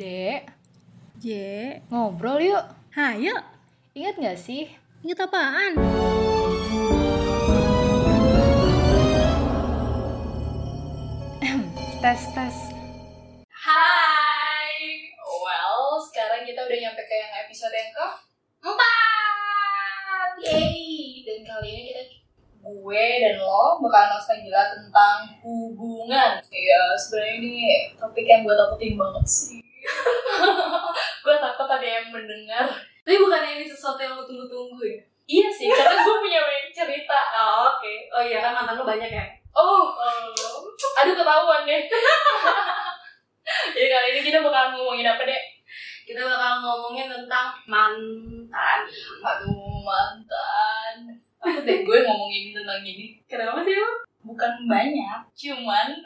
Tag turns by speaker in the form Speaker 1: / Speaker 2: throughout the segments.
Speaker 1: Dek,
Speaker 2: J.
Speaker 1: ngobrol yuk.
Speaker 2: Hayal.
Speaker 1: Ingat gak sih?
Speaker 2: Ingat apaan?
Speaker 1: Tes, tes.
Speaker 3: Hai, well sekarang kita udah nyampe ke yang episode yang ke empat, yay! Dan kali ini kita gue dan lo bakal nostalgia gila tentang hubungan. Iya, sebenarnya ini topik yang gue takutin banget sih. gue takut ada yang mendengar. Tapi bukannya ini sesuatu yang lo tunggu-tunggu ya? Iya sih, karena gue punya banyak cerita. Oh, oke. Oh iya kan mantan lo banyak ya? Oh, oh. aduh ketahuan deh. Jadi Ya, kali ini kita bakal ngomongin apa deh? Kita bakal ngomongin tentang mantan. Aduh mantan. Aku deh gue ngomongin tentang ini. Kenapa sih lo? Bukan banyak, cuman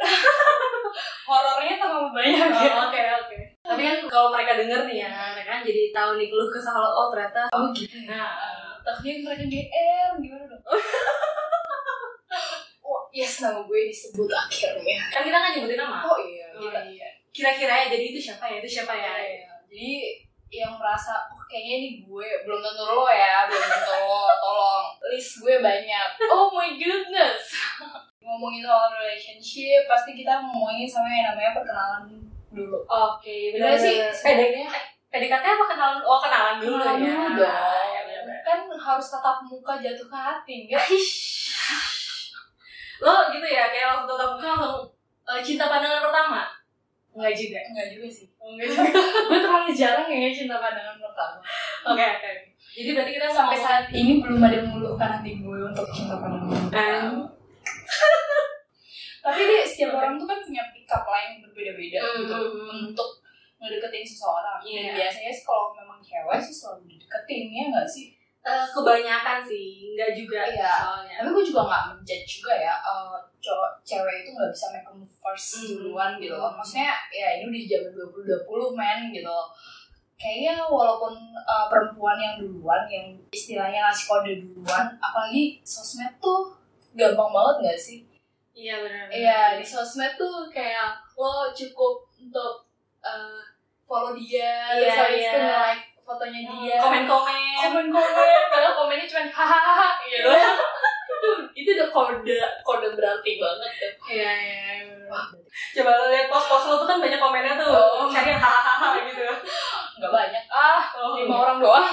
Speaker 3: horornya tambah banyak.
Speaker 4: Oh,
Speaker 3: ya.
Speaker 4: Oke oke. Tapi kan kalau mereka denger nih ya, mereka kan jadi tahu nih keluh kesah lo. Oh ternyata.
Speaker 3: Oh gitu. Nah, takutnya mereka DM gimana dong? oh yes nama gue disebut akhirnya.
Speaker 4: Kan kita kan nyebutin nama.
Speaker 3: Oh iya.
Speaker 4: Oh,
Speaker 3: Kita,
Speaker 4: Kira-kira ya. Jadi itu siapa ya? Itu siapa ya?
Speaker 3: Iya. Jadi yang merasa oh kayaknya ini gue belum tentu lo ya, belum tentu lo, tolong list gue banyak. Oh my goodness. Ngomongin soal relationship, pasti kita ngomongin sama yang namanya perkenalan dulu.
Speaker 4: Oke.
Speaker 3: Gimana
Speaker 4: Benar
Speaker 3: sih Eh,
Speaker 4: sih.
Speaker 3: sebenarnya?
Speaker 4: PDKT apa kenalan? Oh kenalan dulu
Speaker 3: Kenalan
Speaker 4: ya.
Speaker 3: dulu dong.
Speaker 4: Ya, benar-benar.
Speaker 3: Kan harus tatap muka jatuh ke hati, enggak?
Speaker 4: Lo gitu ya kayak langsung tatap muka langsung eh, cinta pandangan pertama. Enggak juga.
Speaker 3: Enggak juga sih. Oh, Enggak juga. gue terlalu jarang ya cinta pandangan pertama.
Speaker 4: Oke oke. Jadi berarti kita
Speaker 3: Sampai saat ini belum ada yang meluluhkan hati gue untuk cinta pandangan
Speaker 4: kan,
Speaker 3: pertama. Tapi dia, setiap orang tuh kan punya pick up line berbeda-beda
Speaker 4: Mm,
Speaker 3: gitu
Speaker 4: mm, mm.
Speaker 3: untuk ngedeketin seseorang. Dan
Speaker 4: Iya.
Speaker 3: biasanya sih kalau memang cewek sih selalu dideketin ya nggak sih?
Speaker 4: Eh, kebanyakan sih, enggak juga
Speaker 3: Iya.
Speaker 4: soalnya.
Speaker 3: Tapi gue juga nggak menjudge juga ya eh, cowok cewek itu nggak bisa make a move first
Speaker 4: Mm.
Speaker 3: duluan gitu. Maksudnya ya ini udah di zaman 2020 men gitu. Kayaknya walaupun eh, perempuan yang duluan yang istilahnya ngasih kode duluan, apalagi sosmed tuh gampang banget nggak sih?
Speaker 4: Iya benar.
Speaker 3: Iya di sosmed tuh kayak lo cukup untuk uh, follow dia,
Speaker 4: Iya,
Speaker 3: terus habis
Speaker 4: iya.
Speaker 3: itu like fotonya dia,
Speaker 4: Komen-komen.
Speaker 3: komen komen, padahal komennya cuma hahaha gitu. itu itu udah kode kode berarti banget tuh.
Speaker 4: Iya, iya. iya. Coba lo lihat post-post lo tuh kan banyak komennya
Speaker 3: Oh.
Speaker 4: tuh. Cari yang hahaha gitu.
Speaker 3: Nggak banyak ah lima orang doang.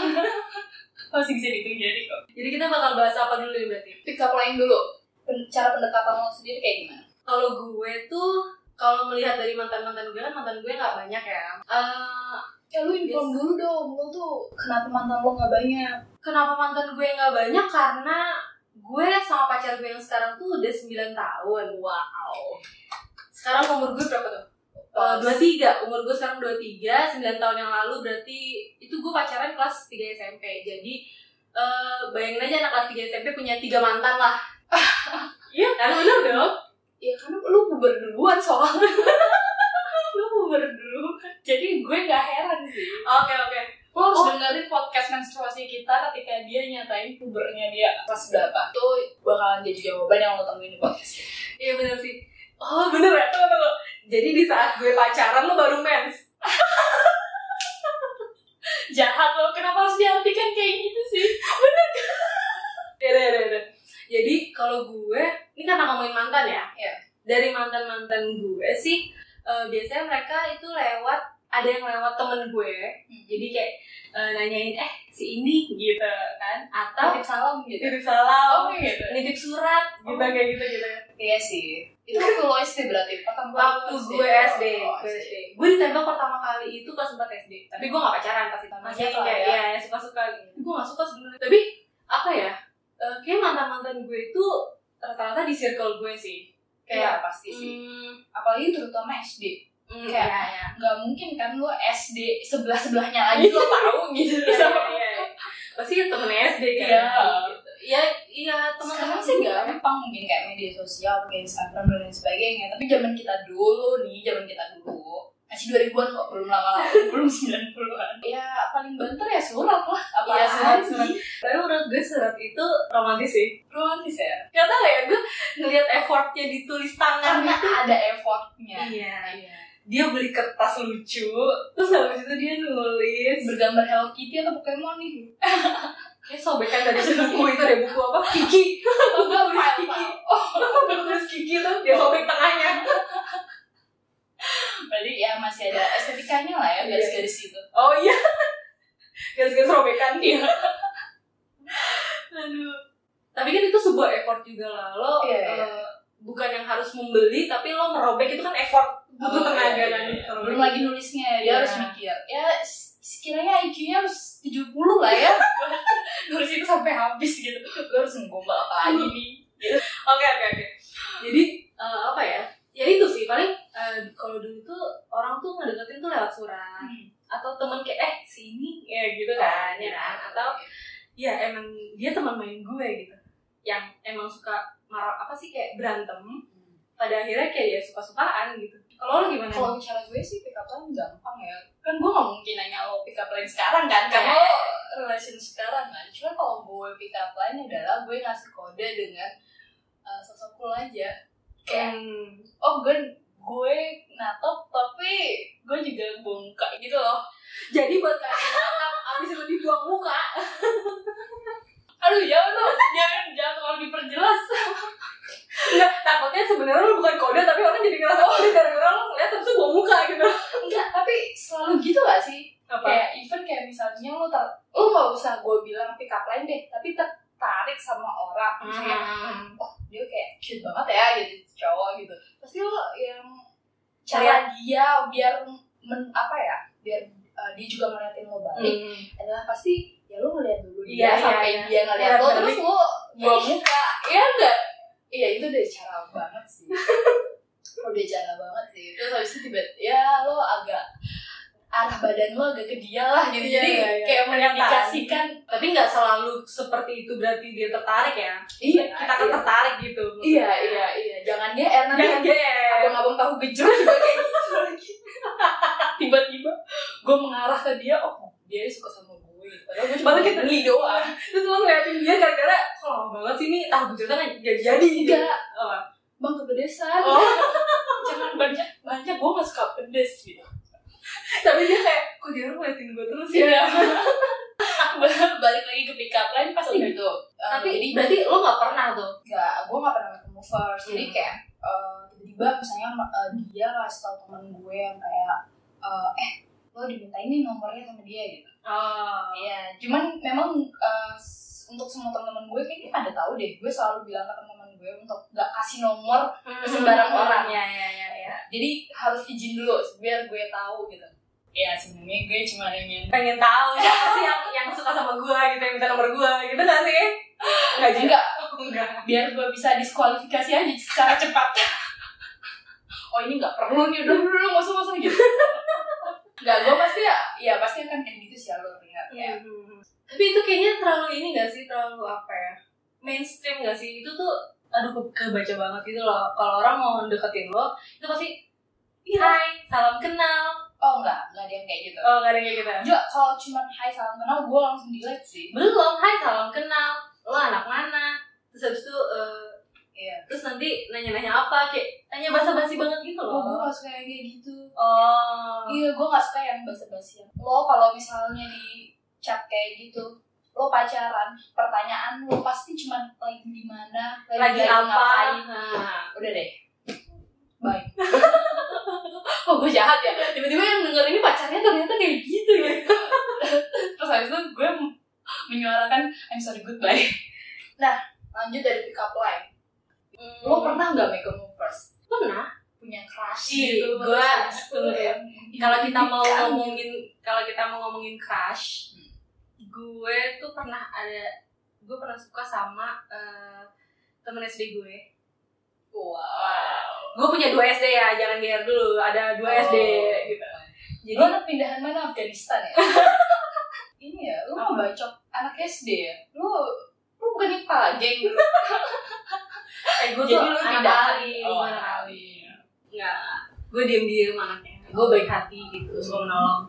Speaker 3: Masih bisa dihitung jadi kok.
Speaker 4: Jadi kita bakal bahas apa dulu nih berarti?
Speaker 3: Pick up line dulu. Pen- Cara pendekatan lo sendiri kayak gimana?
Speaker 4: Kalau gue tuh kalau melihat dari mantan-mantan gue kan mantan gue nggak banyak ya. Eh,
Speaker 3: Ya lu inform dulu dong, lo tuh kenapa mantan lo nggak banyak?
Speaker 4: kenapa mantan gue nggak banyak karena gue sama pacar gue yang sekarang tuh udah 9 tahun. Wow. Sekarang umur gue berapa tuh? Eh, Dua tiga, umur gue sekarang 23, 9 tahun yang lalu berarti itu gue pacaran kelas 3 SMP. Jadi eh, bayangin aja anak kelas 3 SMP punya tiga mantan lah. Iya kan bener dong.
Speaker 3: Ya karena lu puber duluan soalnya Lu puber dulu Jadi gue gak heran sih
Speaker 4: Oke oke.
Speaker 3: Lu harus dengerin podcast menstruasi kita ketika dia nyatain pubernya dia pas berapa Itu bakalan jadi jawaban yang lo temuin di podcast ini.
Speaker 4: Iya bener sih. Oh bener ya tunggu tunggu. Jadi di saat gue pacaran lo baru mens.
Speaker 3: Jahat lo, kenapa harus diartikan kayak gitu sih?
Speaker 4: Ya ya ya. ya. Jadi kalau gue ini karena ngomongin mantan ya.
Speaker 3: Iya.
Speaker 4: Dari mantan mantan gue sih eh, biasanya mereka itu lewat ada yang lewat temen gue.
Speaker 3: Hmm.
Speaker 4: Jadi kayak eh, nanyain eh si ini gitu kan atau
Speaker 3: Titip salam gitu
Speaker 4: nitip salam,
Speaker 3: gitu
Speaker 4: nitip surat gitu
Speaker 3: Oh.
Speaker 4: kayak gitu gitu.
Speaker 3: Iya sih Itu waktu lo SD berarti? Pertama kali
Speaker 4: Waktu
Speaker 3: lo Oh,
Speaker 4: gue SD,
Speaker 3: oh,
Speaker 4: gue SD. Gue ditembak pertama kali itu kelas 4 SD. Tapi gue gak pacaran pas itu.
Speaker 3: Masih
Speaker 4: Masih
Speaker 3: suka
Speaker 4: kayak
Speaker 3: ya?
Speaker 4: ya, ya, suka-suka. Tapi gue gak suka sebenarnya. Tapi apa ya? Eh kayak mantan-mantan gue itu rata-rata di circle gue sih.
Speaker 3: Kayak
Speaker 4: Kayak
Speaker 3: pasti sih
Speaker 4: Hmm,
Speaker 3: Apalagi terutama SD
Speaker 4: hmm,
Speaker 3: Kayak-
Speaker 4: ya, ya.
Speaker 3: Gak mungkin kan lo SD sebelah-sebelahnya lagi lo tau gitu
Speaker 4: Iya, iya, iya, iya. Pasti temen SD kan.
Speaker 3: Iya.
Speaker 4: Gitu. Iya, iya temen
Speaker 3: sekarang sih gampang mungkin kayak media sosial kayak Instagram dan lain sebagainya tapi zaman kita dulu nih zaman kita dulu masih 2000-an kok belum lama-lama belum 90-an ya paling banter ya surat lah apa
Speaker 4: Iya, surat, surat. Tapi menurut gue surat itu romantis sih.
Speaker 3: romantis ya
Speaker 4: Gak tau ya, gue ngeliat effortnya ditulis tangan
Speaker 3: karena
Speaker 4: gitu.
Speaker 3: ada effortnya
Speaker 4: Iya.
Speaker 3: Iya.
Speaker 4: dia beli kertas lucu terus habis itu dia nulis
Speaker 3: Bergambar Hello Kitty atau Pokemon nih?
Speaker 4: Ini sobekan dari si buku itu deh buku apa? Kiki.
Speaker 3: Enggak,
Speaker 4: Buku
Speaker 3: file,
Speaker 4: Kiki.
Speaker 3: file.
Speaker 4: Buku tulis Kiki tuh Oh. dia sobek tengahnya.
Speaker 3: Berarti ya masih ada estetikanya lah ya
Speaker 4: Iya.
Speaker 3: garis-garis itu.
Speaker 4: Oh iya. Garis-garis sobekan
Speaker 3: Iya.
Speaker 4: Aduh. Tapi kan itu sebuah effort juga lah. Lo
Speaker 3: Iya,
Speaker 4: eh,
Speaker 3: iya.
Speaker 4: bukan yang harus membeli tapi lo merobek itu kan effort butuh
Speaker 3: Oh,
Speaker 4: tenaga
Speaker 3: iya,
Speaker 4: kan.
Speaker 3: iya.
Speaker 4: Merobek.
Speaker 3: Belum lagi nulisnya, dia
Speaker 4: Iya.
Speaker 3: harus mikir. Ya s- sekiranya IQ-nya harus 70 lah ya. Nulis itu sampai habis gitu. Gue harus ngegombal apa lagi nih.
Speaker 4: Oke oke oke. Jadi eh, apa ya? Ya itu sih paling eh, kalau dulu tuh orang tuh ngedeketin tuh lewat surat atau temen kayak eh sini
Speaker 3: Oh,
Speaker 4: ya gitu kan
Speaker 3: iya.
Speaker 4: ya kan atau ya emang dia teman main gue gitu yang emang suka marah apa sih kayak berantem pada akhirnya kayak ya suka-sukaan gitu kalau lo gimana
Speaker 3: Kalau bicara gue sih pick up line gampang ya. Kan gue gak mungkin nanya lo pick up line sekarang kan. Karena lo relation sekarang kan. Cuma kalau gue pick up line adalah gue ngasih kode dengan uh, sosok cool aja. Kayak,
Speaker 4: Hmm.
Speaker 3: oh gue gue natop tapi gue juga bongkak gitu loh.
Speaker 4: jadi buat kalian yang abis itu dibuang muka
Speaker 3: Aduh ya jangan dong,
Speaker 4: Iya, kan?
Speaker 3: jangan jangan kalau diperjelas.
Speaker 4: Enggak, takutnya sebenarnya lo bukan kode tapi orang jadi ngerasa kode gara-gara lo ngeliat terus buang muka gitu
Speaker 3: Enggak, tapi selalu gitu gak sih?
Speaker 4: apa
Speaker 3: kayak even kayak misalnya lo ter lo nggak usah gue bilang pick up line deh tapi tertarik sama orang misalnya
Speaker 4: Hmm.
Speaker 3: oh dia kayak cute banget ya gitu cowok gitu pasti lo yang cara
Speaker 4: Lihat.
Speaker 3: dia biar men, apa ya biar uh, dia juga ngeliatin lo balik
Speaker 4: Hmm.
Speaker 3: adalah pasti ya lo ngeliat dulu
Speaker 4: Iya,
Speaker 3: dia
Speaker 4: iya,
Speaker 3: sampai
Speaker 4: iya.
Speaker 3: dia ngeliat
Speaker 4: Iya,
Speaker 3: lo
Speaker 4: balik.
Speaker 3: terus lo
Speaker 4: Buang
Speaker 3: buang muka iya enggak iya itu udah cara banget sih udah cara banget sih terus habis itu tiba ya lo agak arah badan lo agak ke dia lah gitu
Speaker 4: Iya,
Speaker 3: jadi
Speaker 4: iya, iya.
Speaker 3: kayak
Speaker 4: Pernyataan.
Speaker 3: mengindikasikan
Speaker 4: eh, tapi nggak selalu seperti itu berarti dia tertarik ya
Speaker 3: Iya,
Speaker 4: kita kan
Speaker 3: iya.
Speaker 4: tertarik gitu
Speaker 3: iya
Speaker 4: iya.
Speaker 3: iya iya jangan GR nanti
Speaker 4: jangan gr
Speaker 3: abang-abang tahu gejrot juga kayak gitu lagi tiba-tiba gue mengarah ke dia oh dia suka sama gue gitu. padahal gue cuma
Speaker 4: Padahal
Speaker 3: kita
Speaker 4: kita-
Speaker 3: beli doang
Speaker 4: terus lo ngeliatin dia gara-gara kalau banget sih ini tahu cerita kan jadi jadi gitu
Speaker 3: enggak
Speaker 4: oh.
Speaker 3: bang kepedesan
Speaker 4: Oh.
Speaker 3: jangan banyak banyak gue gak suka pedes gitu
Speaker 4: tapi dia kayak kok dia ngeliatin gue terus ya
Speaker 3: Iya. balik lagi ke pick up line pasti
Speaker 4: Oke.
Speaker 3: gitu Eh, jadi
Speaker 4: berarti lo nggak pernah tuh
Speaker 3: nggak gue nggak pernah ketemu first jadi
Speaker 4: Hmm.
Speaker 3: kayak eh, tiba-tiba misalnya eh, dia ngasih tau teman gue yang kayak eh, eh lo dimintain nih nomornya sama dia gitu
Speaker 4: oh
Speaker 3: Iya, cuman memang eh, s- untuk semua teman-teman gue kayaknya pada tahu deh. Gue selalu bilang ke teman-teman gue untuk nggak kasih nomor.
Speaker 4: sembarang
Speaker 3: Hmm.
Speaker 4: orang ya ya ya ya
Speaker 3: Jadi harus izin dulu biar gue tahu gitu. Ya sebenarnya gue cuma ingin
Speaker 4: pengen tahu siapa sih yang yang suka sama gue gitu yang minta nomor gue gitu nggak sih nggak juga
Speaker 3: enggak
Speaker 4: enggak
Speaker 3: biar gue bisa diskualifikasi aja secara cepat. oh ini nggak perlu nih udah udah udah nggak usah nggak usah gitu. Enggak, gue pasti ya, ya pasti akan kayak gitu sih alur ya.
Speaker 4: Iya. Tapi itu kayaknya terlalu ini gak sih, terlalu apa ya? Mainstream gak sih? Itu tuh aduh ke- kebaca banget gitu loh. Kalau orang mau deketin lo, itu pasti "Iya, Hai, salam kenal.
Speaker 3: Oh enggak, enggak ada yang kayak gitu.
Speaker 4: Oh, gak ada kayak gitu.
Speaker 3: Juga kalau cuma hai salam kenal, gue langsung delete sih.
Speaker 4: Belum, hai, salam kenal. Lo anak mana? Terus habis itu eh,
Speaker 3: Iya.
Speaker 4: terus nanti nanya-nanya apa kayak tanya basa-basi banget gitu
Speaker 3: Oh, gue
Speaker 4: loh.
Speaker 3: gak suka yang kayak gitu.
Speaker 4: Oh.
Speaker 3: Iya, gue gak suka yang basa-basi. Lo kalau misalnya di chat kayak gitu, lo pacaran, pertanyaan lo pasti cuma lagi di mana,
Speaker 4: Lagi apa?
Speaker 3: ngapain.
Speaker 4: Nah.
Speaker 3: Udah deh. Bye. oh, gue jahat ya. Tiba-tiba yang denger ini pacarnya ternyata kayak gitu ya. Terus habis itu gue menyuarakan I'm sorry goodbye. Nah, lanjut dari pick up line. Lo
Speaker 4: Hmm.
Speaker 3: pernah gak make a move first?
Speaker 4: pernah
Speaker 3: Punya crush
Speaker 4: Ih,
Speaker 3: gitu. Kan.
Speaker 4: gue
Speaker 3: terus
Speaker 4: setuju ya.
Speaker 3: Iya,
Speaker 4: kalau kita mau ngomongin kalau kita mau ngomongin crush
Speaker 3: Hmm.
Speaker 4: gue tuh pernah ada gue pernah suka sama eh, temen SD gue
Speaker 3: Wow.
Speaker 4: gue punya dua SD ya jangan biar dulu ada dua SD
Speaker 3: Oh.
Speaker 4: gitu
Speaker 3: Jadi
Speaker 4: jadi
Speaker 3: lo anak pindahan mana Afghanistan ya? ini ya, lo mau
Speaker 4: Apa?
Speaker 3: bacok anak SD ya? Lo lo bukan yang kepala geng.
Speaker 4: eh, gue
Speaker 3: Jadi
Speaker 4: tuh
Speaker 3: lo
Speaker 4: anak
Speaker 3: pindah
Speaker 4: Ali
Speaker 3: Oh,
Speaker 4: anak
Speaker 3: anak
Speaker 4: Ali
Speaker 3: Ali.
Speaker 4: nggak gue diem diem anaknya
Speaker 3: Oh.
Speaker 4: gue baik hati gitu
Speaker 3: Hmm.
Speaker 4: suka menolong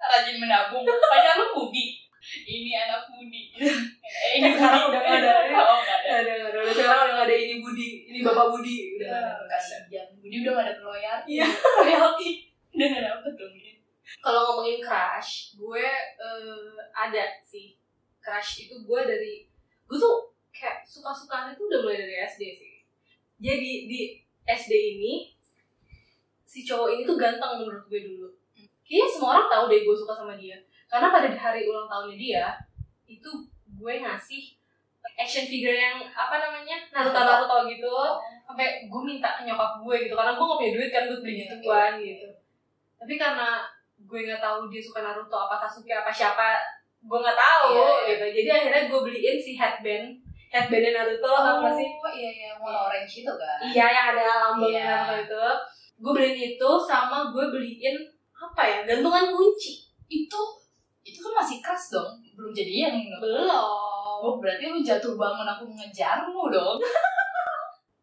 Speaker 3: Rajin menabung. Pacar lo Budi. Ini anak Budi. eh,
Speaker 4: Eh, sekarang udah nggak ada.
Speaker 3: Oh, nggak ada.
Speaker 4: ada ada ada sekarang udah nggak ada
Speaker 3: Iya.
Speaker 4: ini Budi ini bapak Budi udah nggak ada.
Speaker 3: Kasihan. Budi udah gak ada peloyar.
Speaker 4: Iya.
Speaker 3: Loyalty. Dengan apa dong ini?
Speaker 4: Kalau ngomongin crush, gue eh, ada sih. Crush itu gue dari gue tuh kayak suka-sukaan itu udah mulai dari SD sih. Jadi di SD ini si cowok ini tuh ganteng menurut gue dulu. Kayaknya semua orang tahu deh gue suka sama dia. Karena pada di hari ulang tahunnya dia itu gue ngasih action figure yang apa namanya Naruto Naruto gitu sampai gue minta ke nyokap gue gitu karena gue gak punya duit kan buat beli gituan gitu tapi karena gue nggak tahu dia suka Naruto apa Sasuke apa siapa gue nggak tahu
Speaker 3: Iya, iya.
Speaker 4: gitu jadi akhirnya gue beliin si headband headbandnya Naruto lo tau gak sih
Speaker 3: iya iya warna orange itu kan.
Speaker 4: Oh. Iya yang ada lambang
Speaker 3: Iya.
Speaker 4: apa itu. Gue beliin itu sama gue beliin apa ya? Gantungan kunci.
Speaker 3: Itu itu kan masih keras dong, belum jadian dong.
Speaker 4: Belum.
Speaker 3: Oh, berarti lu jatuh bangun aku mengejarmu dong.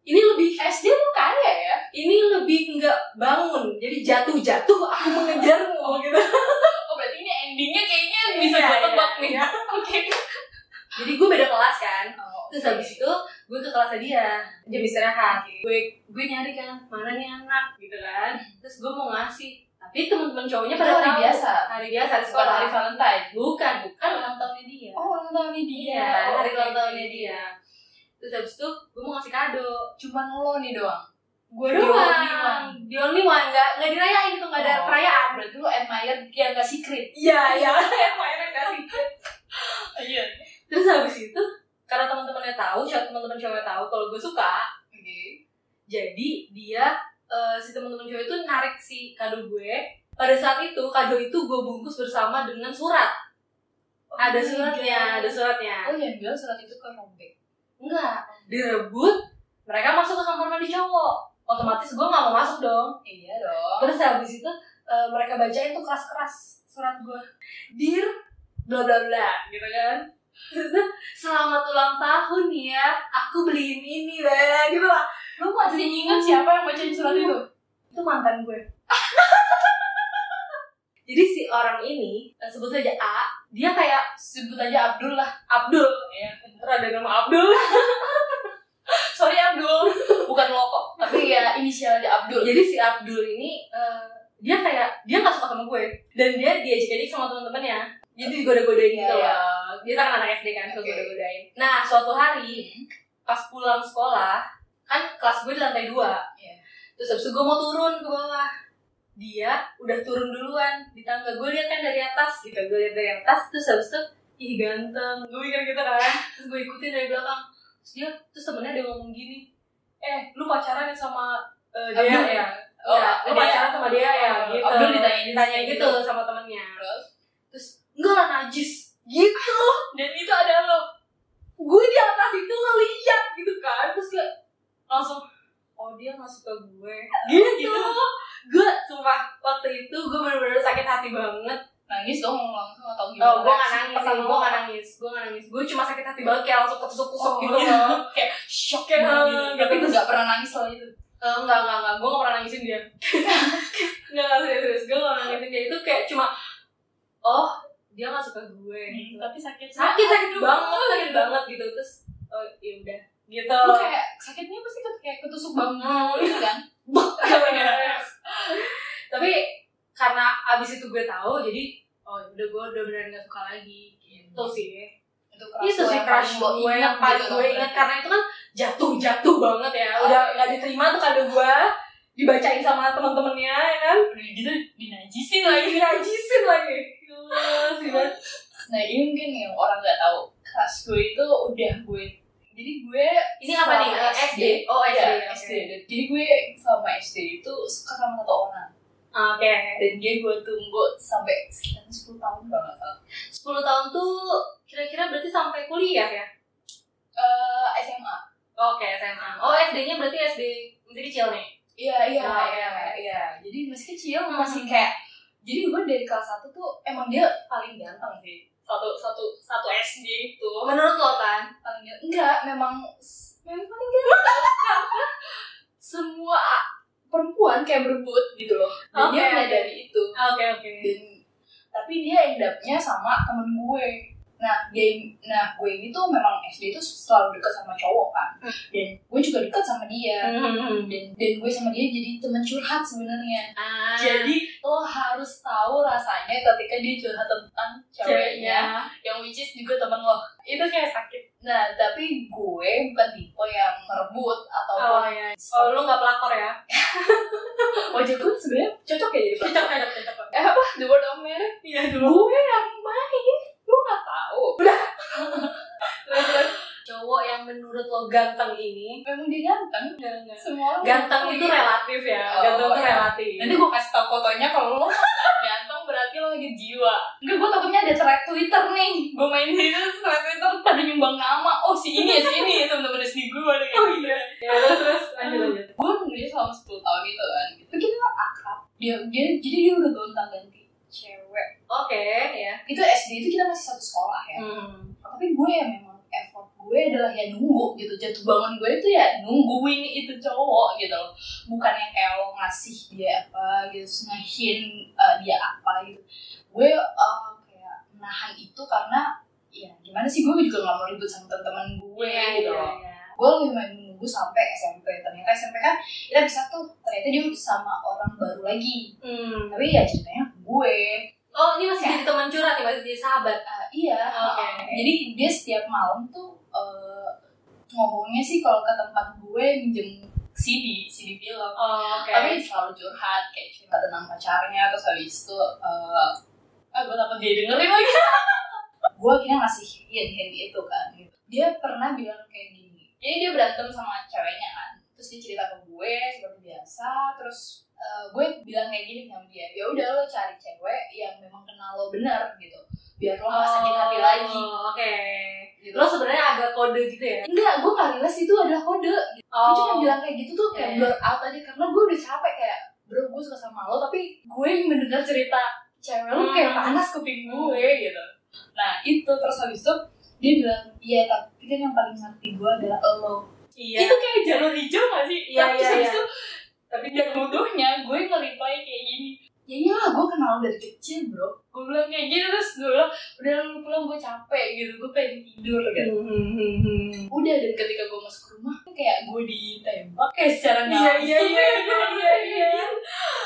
Speaker 4: Ini lebih
Speaker 3: SD lu kaya ya?
Speaker 4: ini lebih nggak bangun. Jadi jatuh-jatuh aku mengejarmu gitu.
Speaker 3: Oh, berarti ini endingnya kayaknya bisa
Speaker 4: Iya,
Speaker 3: gue
Speaker 4: iya,
Speaker 3: tebak nih.
Speaker 4: iya.
Speaker 3: Oke.
Speaker 4: Jadi gue beda kelas kan.
Speaker 3: Oh,
Speaker 4: Terus habis itu gue ke kelasnya dia. Jam istirahat. Gue gue nyari kan mana nih anak gitu kan. Terus gue mau ngasih. Tapi temen-temen cowoknya
Speaker 3: Hmm. Itu
Speaker 4: pada
Speaker 3: hari
Speaker 4: tahu.
Speaker 3: biasa.
Speaker 4: Hari biasa di
Speaker 3: Bukan
Speaker 4: sekolah.
Speaker 3: hari Oh, Valentine.
Speaker 4: Bukan, bukan ulang tahunnya dia.
Speaker 3: ulang tahunnya
Speaker 4: Iya,
Speaker 3: Oh,
Speaker 4: hari ulang tahunnya dia. Terus habis itu gue mau ngasih kado.
Speaker 3: Cuman lo nih doang.
Speaker 4: Gue
Speaker 3: The only one.
Speaker 4: doang. The only one, nggak nggak dirayain tuh nggak ada
Speaker 3: Oh,
Speaker 4: perayaan.
Speaker 3: Berarti lu admire dia gak secret.
Speaker 4: Iya, iya, yang mainnya kasih.
Speaker 3: Iya.
Speaker 4: Terus habis itu karena teman-temannya tahu, cowok teman-teman cowoknya tahu kalau gue suka,
Speaker 3: Oke.
Speaker 4: jadi dia eh, si teman-teman cowok itu narik si kado gue. Pada saat itu kado itu gue bungkus bersama dengan surat. Ada suratnya, ada suratnya.
Speaker 3: Oh, jangan bilang surat itu ke robek.
Speaker 4: Enggak, direbut. Mereka masuk ke kamar mandi cowok. Otomatis gue nggak mau masuk dong.
Speaker 3: Iya dong.
Speaker 4: Terus habis itu eh, mereka bacain tuh keras-keras surat gue. Dear bla bla bla gitu kan. Terus tuh, Selamat ulang tahun ya. Aku beliin ini lah gitu lah.
Speaker 3: Lu masih ingat siapa yang bacain surat itu?
Speaker 4: Itu mantan gue. Jadi si orang ini eh, sebut saja A, dia kayak
Speaker 3: Sebut aja Abdul lah.
Speaker 4: Abdul ya. Rada nama Abdul.
Speaker 3: Sorry Abdul, bukan lo kok. Tapi ya inisial aja Abdul.
Speaker 4: Jadi si Abdul ini eh, dia kayak dia nggak suka sama gue dan dia diajak-ajak sama teman-temannya. Jadi digoda-godain gitu
Speaker 3: Iya.
Speaker 4: loh. Dia kan anak SD kan, suka
Speaker 3: Oke.
Speaker 4: godain Nah, suatu hari
Speaker 3: Hmm.
Speaker 4: pas pulang sekolah, kan kelas gue di lantai dua.
Speaker 3: Iya.
Speaker 4: Terus habis itu gue mau turun ke bawah. Dia udah turun duluan di tangga. Gue lihat kan dari atas gitu. Gue lihat dari atas terus habis itu ih ganteng. Gue mikir gitu kan. Terus gue ikutin dari belakang. Terus dia terus temennya dia ngomong gini. Eh, lu pacaran ya sama eh, dia
Speaker 3: Abdul.
Speaker 4: ya?
Speaker 3: Oh,
Speaker 4: Iya, lu
Speaker 3: dia-
Speaker 4: pacaran sama dia ya?
Speaker 3: Oh,
Speaker 4: Gitu.
Speaker 3: Abdul ditanyain
Speaker 4: ditanya
Speaker 3: gitu.
Speaker 4: gitu sama temennya.
Speaker 3: Terus?
Speaker 4: Terus enggak lah najis. Gitu. Dan itu ada lo. Gue di atas itu ngeliat gitu kan. Terus kayak langsung oh dia nggak suka gue gitu gue sumpah waktu itu gue bener-bener sakit hati banget
Speaker 3: Nangis dong langsung atau gimana?
Speaker 4: oh gue nggak
Speaker 3: Reaksi
Speaker 4: nangis
Speaker 3: pertama
Speaker 4: gue nggak nangis gue nggak nangis gue cuma sakit hati banget kayak langsung ketusuk-tusuk
Speaker 3: Oh,
Speaker 4: gitu
Speaker 3: iya.
Speaker 4: loh
Speaker 3: Kayak shock
Speaker 4: Kayak,
Speaker 3: banget
Speaker 4: eh,
Speaker 3: gitu.
Speaker 4: gitu.
Speaker 3: Tapi gue gak pernah nangis loh itu.
Speaker 4: Eh, enggak, enggak, enggak, gue gak pernah nangisin dia Enggak, enggak, serius, serius, gue gak pernah nangisin dia Itu kayak cuma, oh dia gak suka gue gitu.
Speaker 3: Tapi sakit.
Speaker 4: Sakit, sakit
Speaker 3: Hmm. Nah, Aduh,
Speaker 4: banget, sakit
Speaker 3: gitu.
Speaker 4: banget gitu Terus, oh ya udah gitu
Speaker 3: Lu kayak sakitnya pasti ket- kayak ketusuk banget
Speaker 4: Iya,
Speaker 3: gitu kan?
Speaker 4: Tapi karena abis itu gue tahu, jadi oh ya udah gue udah beneran gak suka lagi Gitu sih
Speaker 3: Itu
Speaker 4: itu
Speaker 3: lo
Speaker 4: sih
Speaker 3: yang
Speaker 4: crush
Speaker 3: paling lo
Speaker 4: gue
Speaker 3: ingat
Speaker 4: yang paling
Speaker 3: gitu
Speaker 4: gue
Speaker 3: kan?
Speaker 4: ingat karena itu kan jatuh jatuh banget ya udah
Speaker 3: Oh.
Speaker 4: nggak diterima tuh kado gue dibacain sama teman-temannya ya kan
Speaker 3: Udah gitu dinajisin lagi.
Speaker 4: lagi dirajisin Iya, lagi
Speaker 3: Nah ini mungkin yang orang gak tahu crush gue itu udah gue. Jadi gue
Speaker 4: ini apa nih
Speaker 3: selama
Speaker 4: SD oh SD
Speaker 3: Iya,
Speaker 4: oke.
Speaker 3: SD. Jadi gue selama SD itu suka sama satu orang
Speaker 4: oke
Speaker 3: dan dia gue tunggu sampai sekitar 10 tahun banget. Eh
Speaker 4: 10 tahun tuh kira-kira berarti sampai kuliah ya
Speaker 3: SMA.
Speaker 4: oke SMA oh SD-nya berarti SD masih kecil nih
Speaker 3: Iya iya
Speaker 4: Oh,
Speaker 3: iya
Speaker 4: iya. Hmm.
Speaker 3: iya. Jadi masih kecil masih kayak jadi gue dari kelas 1 tuh emang dia paling ganteng sih. Satu satu satu SD itu
Speaker 4: menurut lo kan
Speaker 3: paling ganteng. Enggak, memang memang paling ganteng karena semua perempuan kayak berebut gitu loh. Dan dia
Speaker 4: Oke.
Speaker 3: menyadari itu.
Speaker 4: oke oke
Speaker 3: Dan tapi dia endapnya sama temen gue. Nah, dia, nah gue ini tuh memang SD tuh selalu deket sama cowok kan.
Speaker 4: Hmm.
Speaker 3: Dan gue juga deket sama dia. Dan, dan gue sama dia jadi teman curhat sebenarnya.
Speaker 4: Ah,
Speaker 3: Jadi lo harus tahu rasanya ketika dia curhat tentang ceweknya yang which is juga temen lo itu kayak sakit nah tapi gue bukan tipe yang merebut
Speaker 4: Oh
Speaker 3: ataupun
Speaker 4: ya. Oh lu nggak pelakor ya?
Speaker 3: wajah gue sebenarnya cocok ya jadi
Speaker 4: Cocok cocok cocok.
Speaker 3: eh apa the word of merit
Speaker 4: Iya dulu.
Speaker 3: gue yang main gue nggak tahu
Speaker 4: Cowok yang menurut lo ganteng ini.
Speaker 3: memang dia ganteng semua orang ngakui.
Speaker 4: Ganteng itu relatif ya.
Speaker 3: Oh,
Speaker 4: Ganteng itu
Speaker 3: iya.
Speaker 4: relatif.
Speaker 3: nanti gue kasih tau fotonya kalau lo nggak ganteng berarti lo lagi jiwa enggak gue takutnya ada thread twitter nih gue main di thread twitter pada nyumbang nama oh si ini ya si ini temen-temen SD gue ada kayak
Speaker 4: Oh,
Speaker 3: gitu.
Speaker 4: iya. ya terus terus lanjut lanjut.
Speaker 3: gue nungguin selama 10 tahun gitu kan itu kita akrab dia, dia jadi dia udah gonta ganti cewek
Speaker 4: Oke ya.
Speaker 3: itu SD itu kita masih satu sekolah ya
Speaker 4: Hmm.
Speaker 3: tapi gue ya memang effort gue adalah ya nunggu gitu jatuh bangun gue itu ya nungguin itu cowok gitu loh bukan yang kayak lo ngasih dia apa gitu terus ngahin eh, dia apa gitu gue eh, kayak menahan itu karena ya gimana sih gue juga gak mau ribut sama teman-teman
Speaker 4: Iya,
Speaker 3: gue gitu loh gue lebih main menunggu sampai SMP ternyata SMP kan kita bisa tuh ternyata dia udah sama orang baru lagi
Speaker 4: Hmm.
Speaker 3: tapi ya ceritanya ke gue
Speaker 4: Oh ini masih jadi teman curhat nih masih jadi sahabat.
Speaker 3: Ah, iya
Speaker 4: Oke.
Speaker 3: jadi dia setiap malam tuh eh, ngomongnya sih kalau ke tempat gue minjem CD CD film
Speaker 4: Oh, Oke.
Speaker 3: tapi selalu curhat kayak cerita tentang pacarnya terus habis itu eh ah gue takut dia dengerin lagi gue akhirnya ngasih hand hand itu kan gitu. dia pernah bilang kayak gini jadi dia berantem sama ceweknya kan terus dia cerita ke gue seperti biasa terus eh, gue bilang kayak gini sama dia ya udah lo cari cewek yang memang kenal lo benar gitu biar lo nggak sakit hati lagi
Speaker 4: Oh, Oke.
Speaker 3: gitu
Speaker 4: Lo sebenarnya agak kode gitu ya?
Speaker 3: enggak gue nggak realize itu adalah kode gitu.
Speaker 4: Oh,
Speaker 3: gue cuma bilang kayak gitu tuh kayak
Speaker 4: Oke.
Speaker 3: blur out aja karena gue udah capek kayak bro gue suka sama lo tapi gue mendengar cerita cewek lo kayak
Speaker 4: Hmm.
Speaker 3: panas kuping gue gitu nah itu terus habis itu dia bilang iya tapi kan yang paling ngerti gue adalah lo
Speaker 4: Iya.
Speaker 3: itu kayak jalur hijau gak sih
Speaker 4: Iya,
Speaker 3: tapi
Speaker 4: iya,
Speaker 3: habis
Speaker 4: iya.
Speaker 3: itu tapi yang bodohnya gue nge-reply kayak gini ya iyalah gue kenal dari kecil bro gue bilang kayak gitu terus gue bilang udah lu pulang gue capek gitu gue pengen tidur gitu
Speaker 4: Hmm,
Speaker 3: udah dan ketika gue masuk rumah kayak gue ditembak kayak secara
Speaker 4: Iya,
Speaker 3: nggak
Speaker 4: iya,
Speaker 3: langsung.
Speaker 4: iya, iya, iya, iya.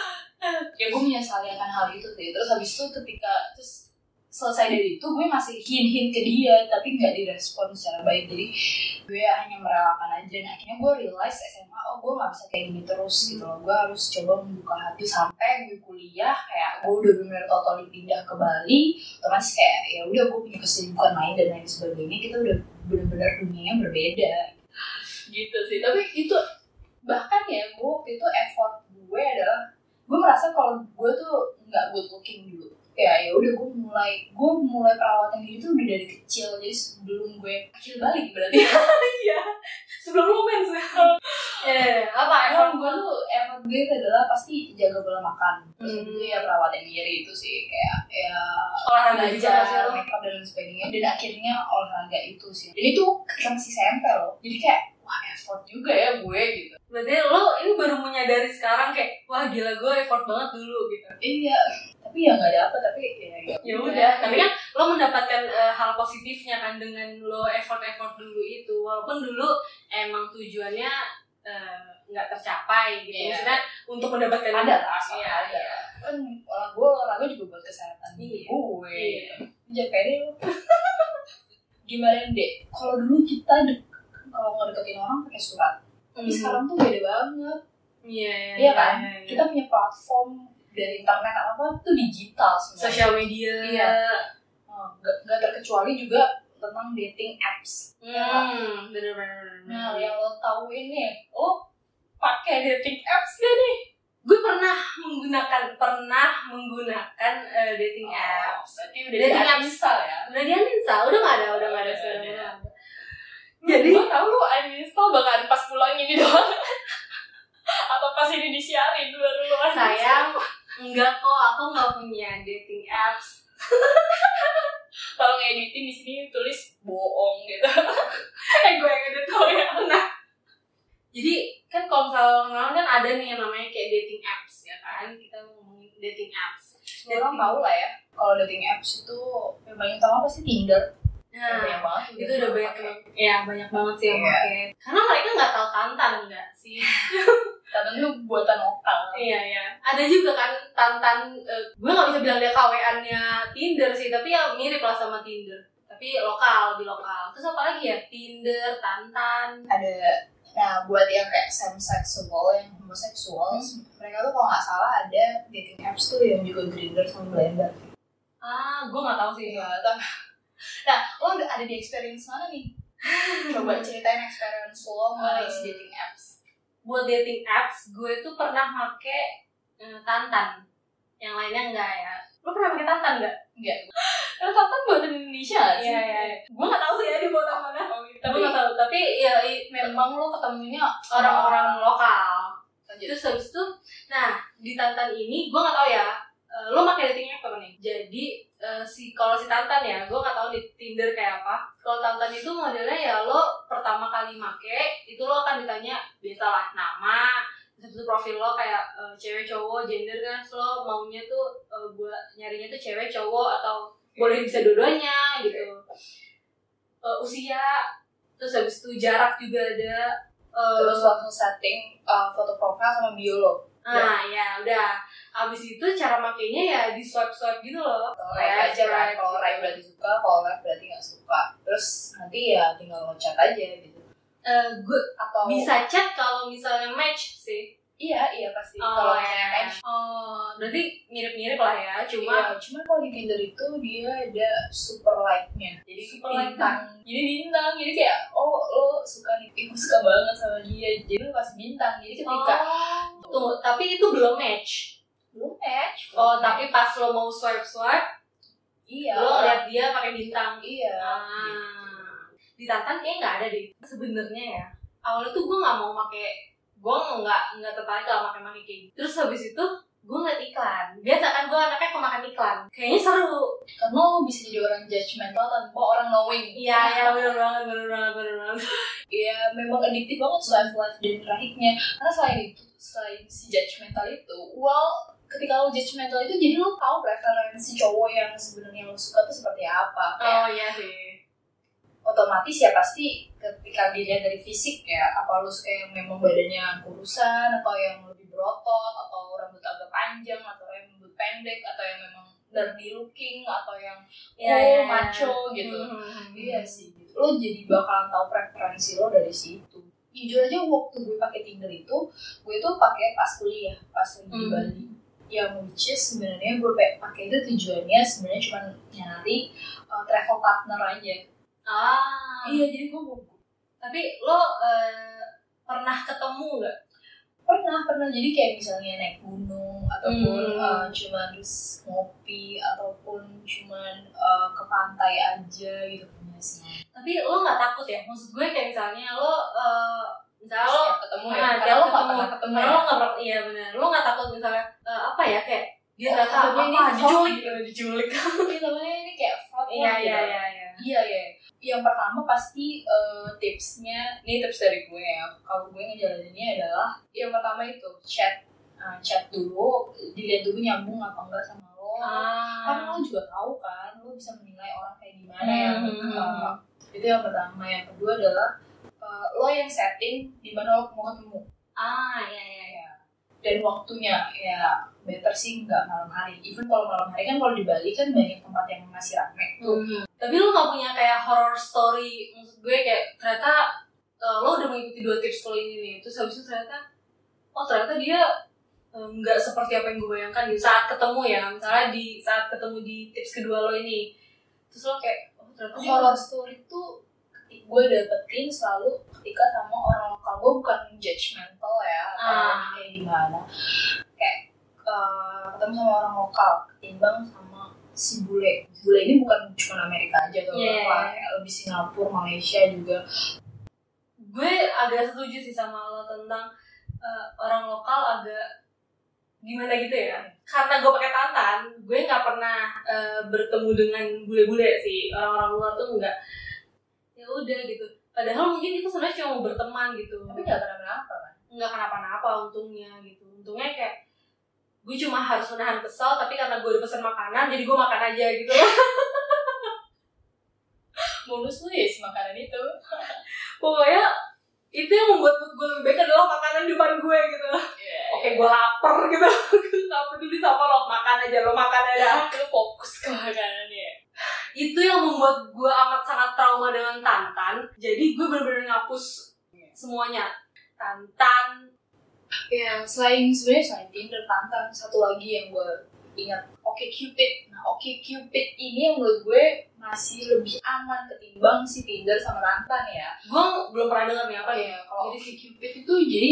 Speaker 3: ya gue menyesali akan hal itu sih terus habis itu ketika terus selesai dari itu gue masih hint hint ke dia tapi nggak direspon secara baik jadi gue hanya merelakan aja nah akhirnya gue realize SMA oh gue nggak bisa kayak gini terus gitu loh gue harus coba membuka hati sampai gue kuliah kayak gue udah bener-bener totally pindah ke Bali otomatis kayak ya udah gue punya kesibukan lain dan lain sebagainya kita udah bener-bener dunianya berbeda gitu sih tapi itu bahkan ya gue waktu itu effort gue adalah gue merasa kalau gue tuh nggak good looking dulu kayak ya udah gue mulai gue mulai perawatan diri tuh udah dari kecil jadi sebelum gue kecil balik berarti Iya.
Speaker 4: Sebelum lo mens ya? Eh, apa
Speaker 3: Emang gue tuh effort gue itu adalah pasti jaga pola makan Terus
Speaker 4: Hmm.
Speaker 3: itu ya perawatan diri itu sih kayak ya
Speaker 4: olahraga juga
Speaker 3: belajar,
Speaker 4: pasti lo.
Speaker 3: make up dan lain sebagainya Dan akhirnya olahraga itu sih Dan itu ketika masih SMP loh Jadi kayak wah effort juga ya gue gitu
Speaker 4: Berarti lo ini baru menyadari sekarang kayak wah gila gue effort banget dulu gitu.
Speaker 3: Iya Tapi ya gak dapet tapi ya ya
Speaker 4: Ya udah, tapi kan lo mendapatkan eh, hal positifnya kan dengan lo effort-effort dulu itu walaupun dulu emang tujuannya eh, nggak tercapai gitu.
Speaker 3: Iya.
Speaker 4: Maksudnya untuk mendapatkan
Speaker 3: ada lah soalnya
Speaker 4: Iya,
Speaker 3: ada
Speaker 4: iya.
Speaker 3: kan olah gue olahraga juga buat kesehatan
Speaker 4: Iya.
Speaker 3: gue
Speaker 4: Iya.
Speaker 3: jaga deh lu gimana dek kalau dulu kita dek kalau ngedeketin orang pakai surat tapi
Speaker 4: Mhm.
Speaker 3: sekarang tuh beda banget
Speaker 4: Iya, iya,
Speaker 3: Iya kan?
Speaker 4: iya, iya.
Speaker 3: kita punya platform dari internet apa apa tuh digital semuanya
Speaker 4: sosial media.
Speaker 3: Iya. Nah, nggak nggak terkecuali juga tentang dating apps
Speaker 4: Hmm, bener-bener.
Speaker 3: nah yang lo tahu ini lo pakai dating apps gak nih
Speaker 4: gue pernah menggunakan pernah menggunakan eh, dating apps.
Speaker 3: Oh, berarti udah
Speaker 4: Dating
Speaker 3: dating
Speaker 4: apps.
Speaker 3: apps ya
Speaker 4: Udah di uninstall, udah gak ada, udah gak ada
Speaker 3: Udah
Speaker 4: sekarang.
Speaker 3: ada.
Speaker 4: udah nggak ada.
Speaker 3: Jadi
Speaker 4: Jadi-
Speaker 3: gue tau lu uninstall bakalan pas pulang ini doang Atau pas ini disiarin baru lu uninstall.
Speaker 4: Sayang, enggak kok, aku gak punya dating apps.
Speaker 3: Tolong editin di sini tulis bohong gitu Eh gue yang edit kok ya
Speaker 4: Jadi kan kalau misalnya orang kan ada nih yang namanya kayak dating apps ya kan, kita ngomongin dating apps.
Speaker 3: Semua orang tau lah ya kalau dating apps itu yang paling utama pasti Tinder Udah
Speaker 4: Nah,
Speaker 3: banyak banget
Speaker 4: itu udah banyak
Speaker 3: pakai.
Speaker 4: ya banyak banget sih yang
Speaker 3: Iya.
Speaker 4: pakai karena mereka nggak tahu tantan nggak sih
Speaker 3: Tantan tuh buatan lokal
Speaker 4: iya iya ada juga kan tantan eh, gue nggak bisa bilang dia kaweannya Tinder sih tapi ya mirip lah sama Tinder tapi lokal di lokal terus apa lagi ya Tinder tantan
Speaker 3: ada nah buat yang kayak samsexual yang homoseksual mereka tuh kalau nggak salah ada dating apps tuh yang juga Grindr sama Blender
Speaker 4: ah gue nggak tahu sih
Speaker 3: iya tapi nah lo udah ada di experience mana nih coba ceritain experience lo mengenai si dating apps
Speaker 4: buat dating apps gue tuh pernah make eh, tantan yang lainnya enggak ya lo pernah pakai tantan nggak Iya,
Speaker 3: enggak karena tantan buatan Indonesia nggak sih
Speaker 4: gue nggak tahu sih ya di bawah mana
Speaker 3: Oh, gitu.
Speaker 4: tapi
Speaker 3: tapi
Speaker 4: nggak tahu tapi ya i-
Speaker 3: memang lo ketemunya
Speaker 4: orang-orang lokal
Speaker 3: lanjut
Speaker 4: Terus habis itu, nah di Tantan ini gue nggak tahu ya, eh, lo pakai dating app apa nih? Jadi eh, si kalau si Tantan ya, gue nggak tahu di Tinder kayak apa. Kalau Tantan itu modelnya ya lo pertama kali make itu lo akan ditanya biasalah nama, terus habis itu profil lo kayak eh, cewek cowok gender kan, terus lo maunya tuh eh, buat nyarinya tuh cewek cowok atau boleh bisa dua-duanya gitu. Eh, usia, terus habis itu jarak juga ada. eh,
Speaker 3: terus waktu setting uh, foto profil sama bio lo
Speaker 4: Ah ya udah. Abis itu cara makainya ya di swipe swipe gitu loh.
Speaker 3: Kalau like aja kan, kalau like berarti suka, kalau like berarti nggak suka. Terus nanti ya tinggal loncat aja gitu.
Speaker 4: Eh, gue
Speaker 3: Atau
Speaker 4: bisa chat kalau misalnya match sih.
Speaker 3: Iya iya pasti. kalau misalnya
Speaker 4: ya.
Speaker 3: match. Iya.
Speaker 4: Oh berarti mirip-mirip lah ya.
Speaker 3: Cuma
Speaker 4: Cuma
Speaker 3: cuma kalau di Tinder itu dia ada super like-nya. Jadi
Speaker 4: Super
Speaker 3: bintang. Jadi bintang. Jadi kayak oh lo suka nih, ih, gue suka banget sama dia. Jadi lo kasih bintang. Jadi ketika
Speaker 4: oh, tunggu, tapi itu belum match.
Speaker 3: belum match,
Speaker 4: Oh tapi pas lo mau swipe swipe,
Speaker 3: iya.
Speaker 4: lo
Speaker 3: orang-
Speaker 4: lihat dia pakai bintang.
Speaker 3: iya.
Speaker 4: Ah, di Tantan kayaknya nggak ada deh. Sebenarnya ya awalnya tuh gue nggak mau pakai, gue nggak nggak tertarik kalau pakai pakai kayak gitu. Terus habis itu gue ngeliat iklan. Biasa kan gue anaknya kemakan iklan. Kayaknya seru.
Speaker 3: Karena lo bisa jadi orang judgmental tanpa orang knowing.
Speaker 4: Iya, iya bener banget, bener banget, bener banget.
Speaker 3: ya memang adiktif banget swipe life dan rahiknya karena selain itu selain si judgmental itu well ketika lo judgmental itu jadi lo tahu preferensi cowok yang sebenarnya lo suka tuh seperti apa kayak
Speaker 4: Oh iya sih.
Speaker 3: otomatis ya pasti ketika dilihat dari fisik ya apa lo suka yang memang badannya kurusan atau yang lebih berotot atau rambut agak panjang atau yang rambut pendek atau yang memang nerdy looking atau yang
Speaker 4: Iya,
Speaker 3: cool,
Speaker 4: iya, iya.
Speaker 3: macho gitu
Speaker 4: Mhm.
Speaker 3: Iya sih, gitu. lo jadi bakalan tahu preferensi lo dari situ. Jujur aja waktu gue pakai Tinder itu, gue tuh pakai pas kuliah, pas lagi di
Speaker 4: Hmm.
Speaker 3: Bali. Yang which is sebenarnya gue pe- pakai itu tujuannya sebenarnya cuma nyari uh, travel partner aja.
Speaker 4: Ah.
Speaker 3: Iya, jadi gue mau
Speaker 4: Tapi lo eh, pernah ketemu nggak?
Speaker 3: pernah pernah jadi kayak misalnya naik gunung ataupun
Speaker 4: Hmm.
Speaker 3: uh, cuman terus ngopi ataupun cuman uh, ke pantai aja gitu punya sih.
Speaker 4: Tapi lo nggak takut ya? Maksud gue kayak misalnya lo, eh, misalnya lo
Speaker 3: Setiap ketemu ya, karena
Speaker 4: Nah,
Speaker 3: lo
Speaker 4: tiap
Speaker 3: gak
Speaker 4: ketemu.
Speaker 3: pernah ketemu
Speaker 4: Nah,
Speaker 3: ya.
Speaker 4: lo nggak pernah iya benar lo nggak takut misalnya eh, apa ya kayak dia
Speaker 3: Oh,
Speaker 4: ternyata
Speaker 3: apa ini?
Speaker 4: diculik diculik
Speaker 3: Tapi namanya "Eh, ini kayak fraud lah
Speaker 4: iya
Speaker 3: gitu.
Speaker 4: iya iya iya
Speaker 3: Iya ya. Yang pertama pasti eh, tipsnya, ini tips dari gue ya. Kalau gue ngejalaninnya adalah yang pertama itu chat, Eh, chat dulu, dilihat dulu nyambung apa enggak sama lo. Kan
Speaker 4: ah
Speaker 3: lo juga tahu kan, lo bisa menilai orang kayak gimana yang
Speaker 4: Hmm.
Speaker 3: eh, itu yang pertama. Yang kedua adalah eh, lo yang setting di mana lo mau ketemu
Speaker 4: ah iya iya iya
Speaker 3: dan waktunya ya better sih nggak malam hari. Even kalau malam hari kan kalau di Bali kan banyak tempat yang masih ramai tuh.
Speaker 4: Hmm. tapi lo nggak punya kayak horror story maksud gue kayak ternyata eh, lo udah mengikuti dua tips lo ini nih terus habis itu ternyata oh ternyata dia eh, nggak seperti apa yang gue bayangkan di saat ketemu ya misalnya di saat ketemu di tips kedua lo ini terus lo kayak oh ternyata dia-
Speaker 3: horror story itu gue dapetin selalu ketika sama orang lokal gue bukan judgmental ya atau
Speaker 4: Ah.
Speaker 3: kayak gimana kayak eh, ketemu sama orang lokal ketimbang sama si bule bule ini bukan cuma Amerika aja atau
Speaker 4: Yeah.
Speaker 3: apa kayak lebih Singapura Malaysia juga
Speaker 4: gue agak setuju sih sama lo tentang eh, orang lokal agak gimana gitu ya karena gue pakai tantan gue nggak pernah eh, bertemu dengan bule-bule sih orang-orang luar tuh nggak ya udah gitu padahal mungkin itu sebenarnya cuma mau berteman gitu
Speaker 3: tapi nggak pernah kenapa kan
Speaker 4: nggak kenapa-napa untungnya gitu untungnya kayak gue cuma harus menahan kesel tapi karena gue udah pesen makanan jadi gue makan aja gitu
Speaker 3: bonus Luis makanan itu
Speaker 4: pokoknya itu yang membuat mood gue lebih baik adalah makanan di depan gue gitu oke gue lapar gitu gue gak peduli sama lo makan aja lo makan aja
Speaker 3: Iya, lu fokus ke makanan ya
Speaker 4: itu yang membuat gue amat sangat trauma dengan Tantan jadi gue bener-bener ngapus
Speaker 3: Iya.
Speaker 4: semuanya Tantan
Speaker 3: ya selain sebenarnya selain Tinder Tantan satu lagi yang gue ingat Oke Cupid nah Oke Cupid ini yang menurut gue masih lebih aman ketimbang si Tinder sama Tantan ya
Speaker 4: gue belum pernah dengar nih apa ya
Speaker 3: ya kalau
Speaker 4: Jadi
Speaker 3: jadi si Cupid itu jadi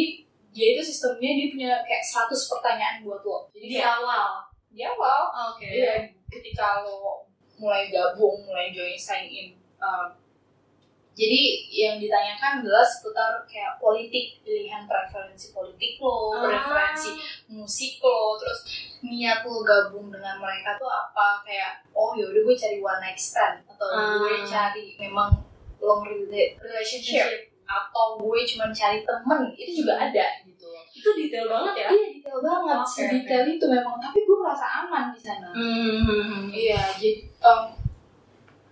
Speaker 3: dia itu sistemnya dia punya kayak 100 pertanyaan buat lo jadi
Speaker 4: di
Speaker 3: kayak
Speaker 4: awal
Speaker 3: di awal
Speaker 4: oke
Speaker 3: Iya, ketika lo mulai gabung, mulai join sign in. um, jadi yang ditanyakan adalah seputar kayak politik, pilihan preferensi politik lo,
Speaker 4: Ah,
Speaker 3: preferensi musik lo, terus niat lo gabung dengan mereka tuh apa kayak oh yaudah gue cari one night stand atau gue
Speaker 4: Ah.
Speaker 3: cari memang long rela- relationship atau gue cuma cari temen itu juga ada gitu.
Speaker 4: itu detail banget ya
Speaker 3: Iya detail banget,
Speaker 4: Oke,
Speaker 3: sedetail itu memang. Tapi gue merasa aman di sana.
Speaker 4: hmm.
Speaker 3: Iya, jadi em,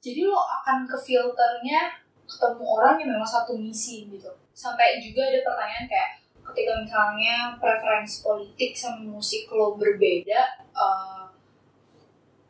Speaker 3: jadi lo akan ke filternya ketemu orang yang memang satu misi gitu. Sampai juga ada pertanyaan kayak ketika misalnya preferensi politik sama musik lo berbeda, eh,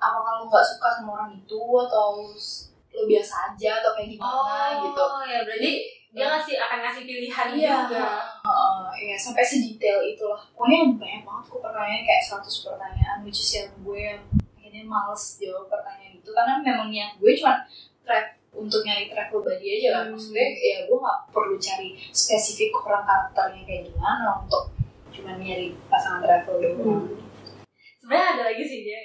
Speaker 3: apakah lo nggak suka sama orang itu atau s- lo biasa aja atau kayak gimana gitu?
Speaker 4: ya berarti dia ngasih akan ngasih pilihan juga
Speaker 3: Iya. Heeh, iya, sampai sedetail itulah. Pokoknya banyak banget kok pertanyaan kayak 100 pertanyaan, which is yang gue yang akhirnya males jawab pertanyaan itu. Karena memang niat gue cuma track untuk nyari travel body aja kan.
Speaker 4: Hmm.
Speaker 3: Maksudnya ya gue gak perlu cari spesifik orang karakternya kayak gimana untuk cuma nyari pasangan travel doang.
Speaker 4: sebenarnya ada lagi sih dia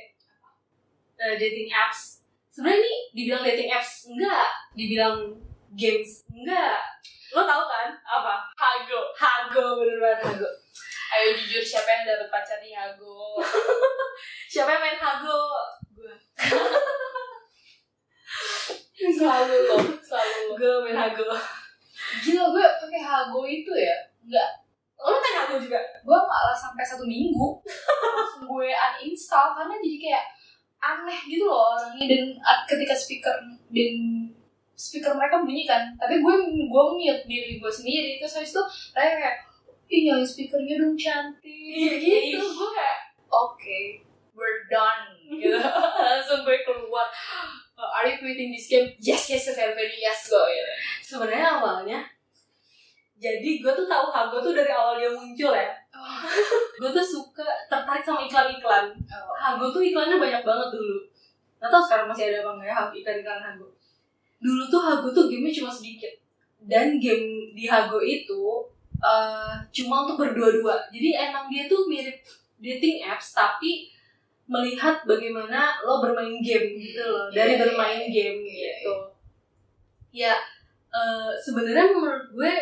Speaker 4: eh, dating apps sebenarnya ini dibilang dating apps enggak dibilang games enggak lo tau kan apa hago hago bener banget hago
Speaker 3: Ayo jujur siapa yang dapat pacar di Hago?
Speaker 4: siapa yang main hago gue
Speaker 3: selalu lo, selalu lo.
Speaker 4: gue main hago
Speaker 3: Gila gue pakai Hago itu ya? Enggak
Speaker 4: lo main hago juga
Speaker 3: gue malah sampai satu minggu langsung gue uninstall karena jadi kayak aneh gitu loh orangnya dan a- ketika speaker dan speaker mereka bunyi kan tapi gue gue mute diri gue sendiri terus habis itu mereka kayak iya speakernya dong cantik
Speaker 4: Iya,
Speaker 3: gitu
Speaker 4: iya.
Speaker 3: gue kayak oke we're done gitu langsung gue keluar
Speaker 4: Eh,
Speaker 3: "Uh, are you quitting this game yes yes yes very, very yes go gitu.
Speaker 4: sebenarnya awalnya jadi gue tuh tahu hago tuh dari awal dia muncul ya gue tuh suka tertarik sama iklan-iklan
Speaker 3: Oh.
Speaker 4: Hago tuh iklannya banyak banget dulu. Gak tau sekarang masih ada apa enggak ya Hago- iklan-iklan Hago. Dulu tuh Hago tuh gamenya cuma sedikit. Dan game di Hago itu eh, cuma untuk berdua-dua. Jadi emang dia tuh mirip dating apps tapi melihat bagaimana lo bermain game gitu loh. Dari
Speaker 3: Iya,
Speaker 4: bermain
Speaker 3: iya,
Speaker 4: game
Speaker 3: iya,
Speaker 4: gitu. Ya eh, sebenarnya menurut gue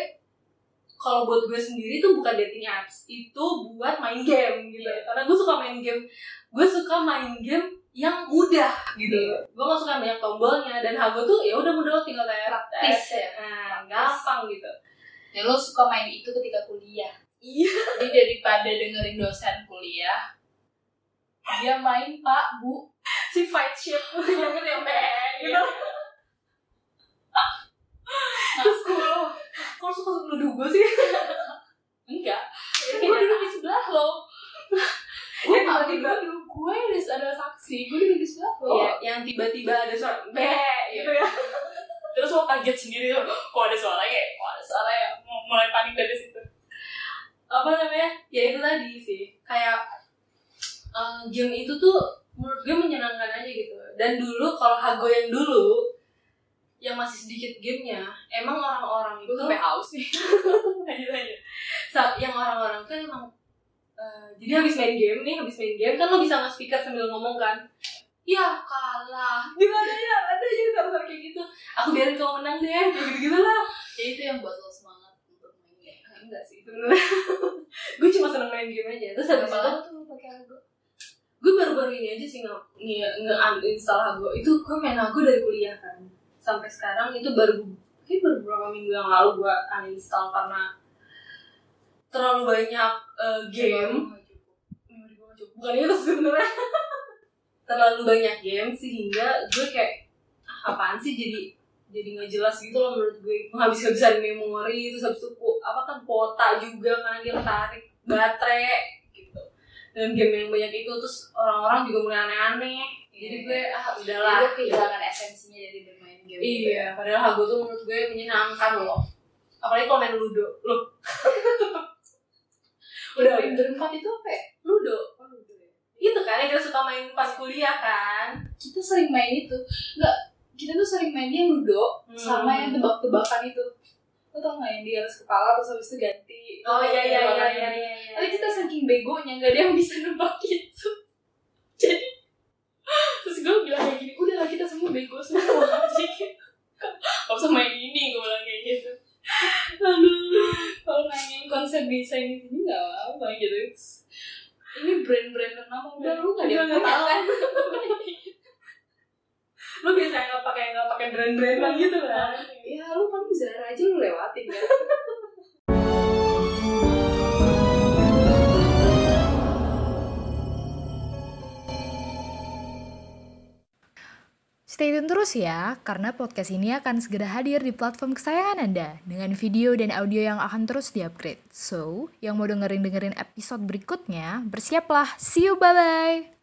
Speaker 4: kalau buat gue sendiri tuh bukan dating apps itu buat main game gitu
Speaker 3: Iya.
Speaker 4: karena gue suka main game gue suka main game yang mudah gitu
Speaker 3: Iya.
Speaker 4: gue gak suka banyak tombolnya dan hago tuh ya udah mudah lo tinggal kayak
Speaker 3: Praktis ya.
Speaker 4: nah,
Speaker 3: Praktis.
Speaker 4: gampang gitu
Speaker 3: ya lo suka main itu ketika kuliah
Speaker 4: iya
Speaker 3: Jadi daripada dengerin dosen kuliah, dia main pak bu.
Speaker 4: si fight ship yang gede yang bang
Speaker 3: Iya,
Speaker 4: gitu terus gue kok suka nuduh gue sih
Speaker 3: Enggak, gue duduk di sebelah lo. gue
Speaker 4: Eh,
Speaker 3: nggak
Speaker 4: tiba-tiba.
Speaker 3: duduk, gue adalah saksi. Gue duduk di sebelah lo.
Speaker 4: Iya, yang tiba-tiba ada suara bang gitu ya
Speaker 3: Terus lo kaget sendiri lo, kok ada suaranya? Kok ada suaranya? Mu- Mulai panik dari situ.
Speaker 4: apa namanya ya itu tadi sih kayak eh, game itu tuh menurut gue menyenangkan aja gitu dan dulu kalau hago yang dulu yang masih sedikit gamenya emang orang-orang itu
Speaker 3: haus nih. Lanjut lanjut.
Speaker 4: sa- yang orang-orang tuh emang eh, jadi habis main game nih habis main game kan lo bisa nge-speaker sambil ngomong kan ya kalah gimana ya ada aja sama kayak gitu aku biarin kamu menang deh kayak gitu-gitu lah Eh,
Speaker 3: Jadi itu yang buat lo semangat untuk main game.
Speaker 4: enggak sih sebenarnya gue cuma seneng main game aja terus habis itu
Speaker 3: tuh pakai lagu.
Speaker 4: gue baru-baru ini aja sih nge nge uninstall Hago itu gue main Hago dari kuliah kan sampai sekarang itu baru mungkin baru beberapa minggu yang lalu gue uninstall karena terlalu banyak eh, game
Speaker 3: Oh,
Speaker 4: Memori gue nggak cukup. bukan itu sebenarnya terlalu banyak game sehingga gue kayak "Ah, apaan sih jadi jadi nggak jelas gitu loh menurut gue menghabis-habisan memori terus habis itu ku- apa kan kuota juga kan dia tarik baterai gitu dan game yang banyak itu terus orang-orang juga mulai aneh-aneh jadi
Speaker 3: Iya. gitu.
Speaker 4: gue ah udahlah
Speaker 3: Gue kehilangan esensinya dari bermain game. gitu ya.
Speaker 4: Iya, padahal Hago tuh menurut gue menyenangkan loh. Apalagi kalau main Ludo. Loh. Udah,
Speaker 3: Game berempat itu apa ya?
Speaker 4: Ludo.
Speaker 3: Oh, lucu ya.
Speaker 4: Itu kan yang kita suka main pas kuliah kan.
Speaker 3: Kita sering main itu. Enggak, kita tuh sering mainnya ludo
Speaker 4: Hmm.
Speaker 3: sama yang tebak-tebakan itu. Lo tau nggak yang di atas kepala terus habis itu ganti.
Speaker 4: Oh iya iya iya iya
Speaker 3: Tebakan.
Speaker 4: iya.
Speaker 3: Tapi kita saking begonya nggak ada yang bisa nebak gitu. Jadi terus gue bilang kayak gini, udahlah kita semua bego semua aja gitu. Gak usah main ini, gue bilang kayak gitu. Aduh, kalau nanyain konsep desain di sini nggak apa-apa gitu. Ini brand-brand ternama udah lu nggak ada yang
Speaker 4: Udah, nggak
Speaker 3: punya, kan?
Speaker 4: lu biasa nggak pakai nggak pakai brand-brandan gitu kan.
Speaker 3: Ya lu paling Zara aja lu lewatin kan.
Speaker 1: Stay tune terus ya, karena podcast ini akan segera hadir di platform kesayangan Anda dengan video dan audio yang akan terus diupgrade. So, yang mau dengerin-dengerin episode berikutnya, bersiaplah. See you, bye-bye!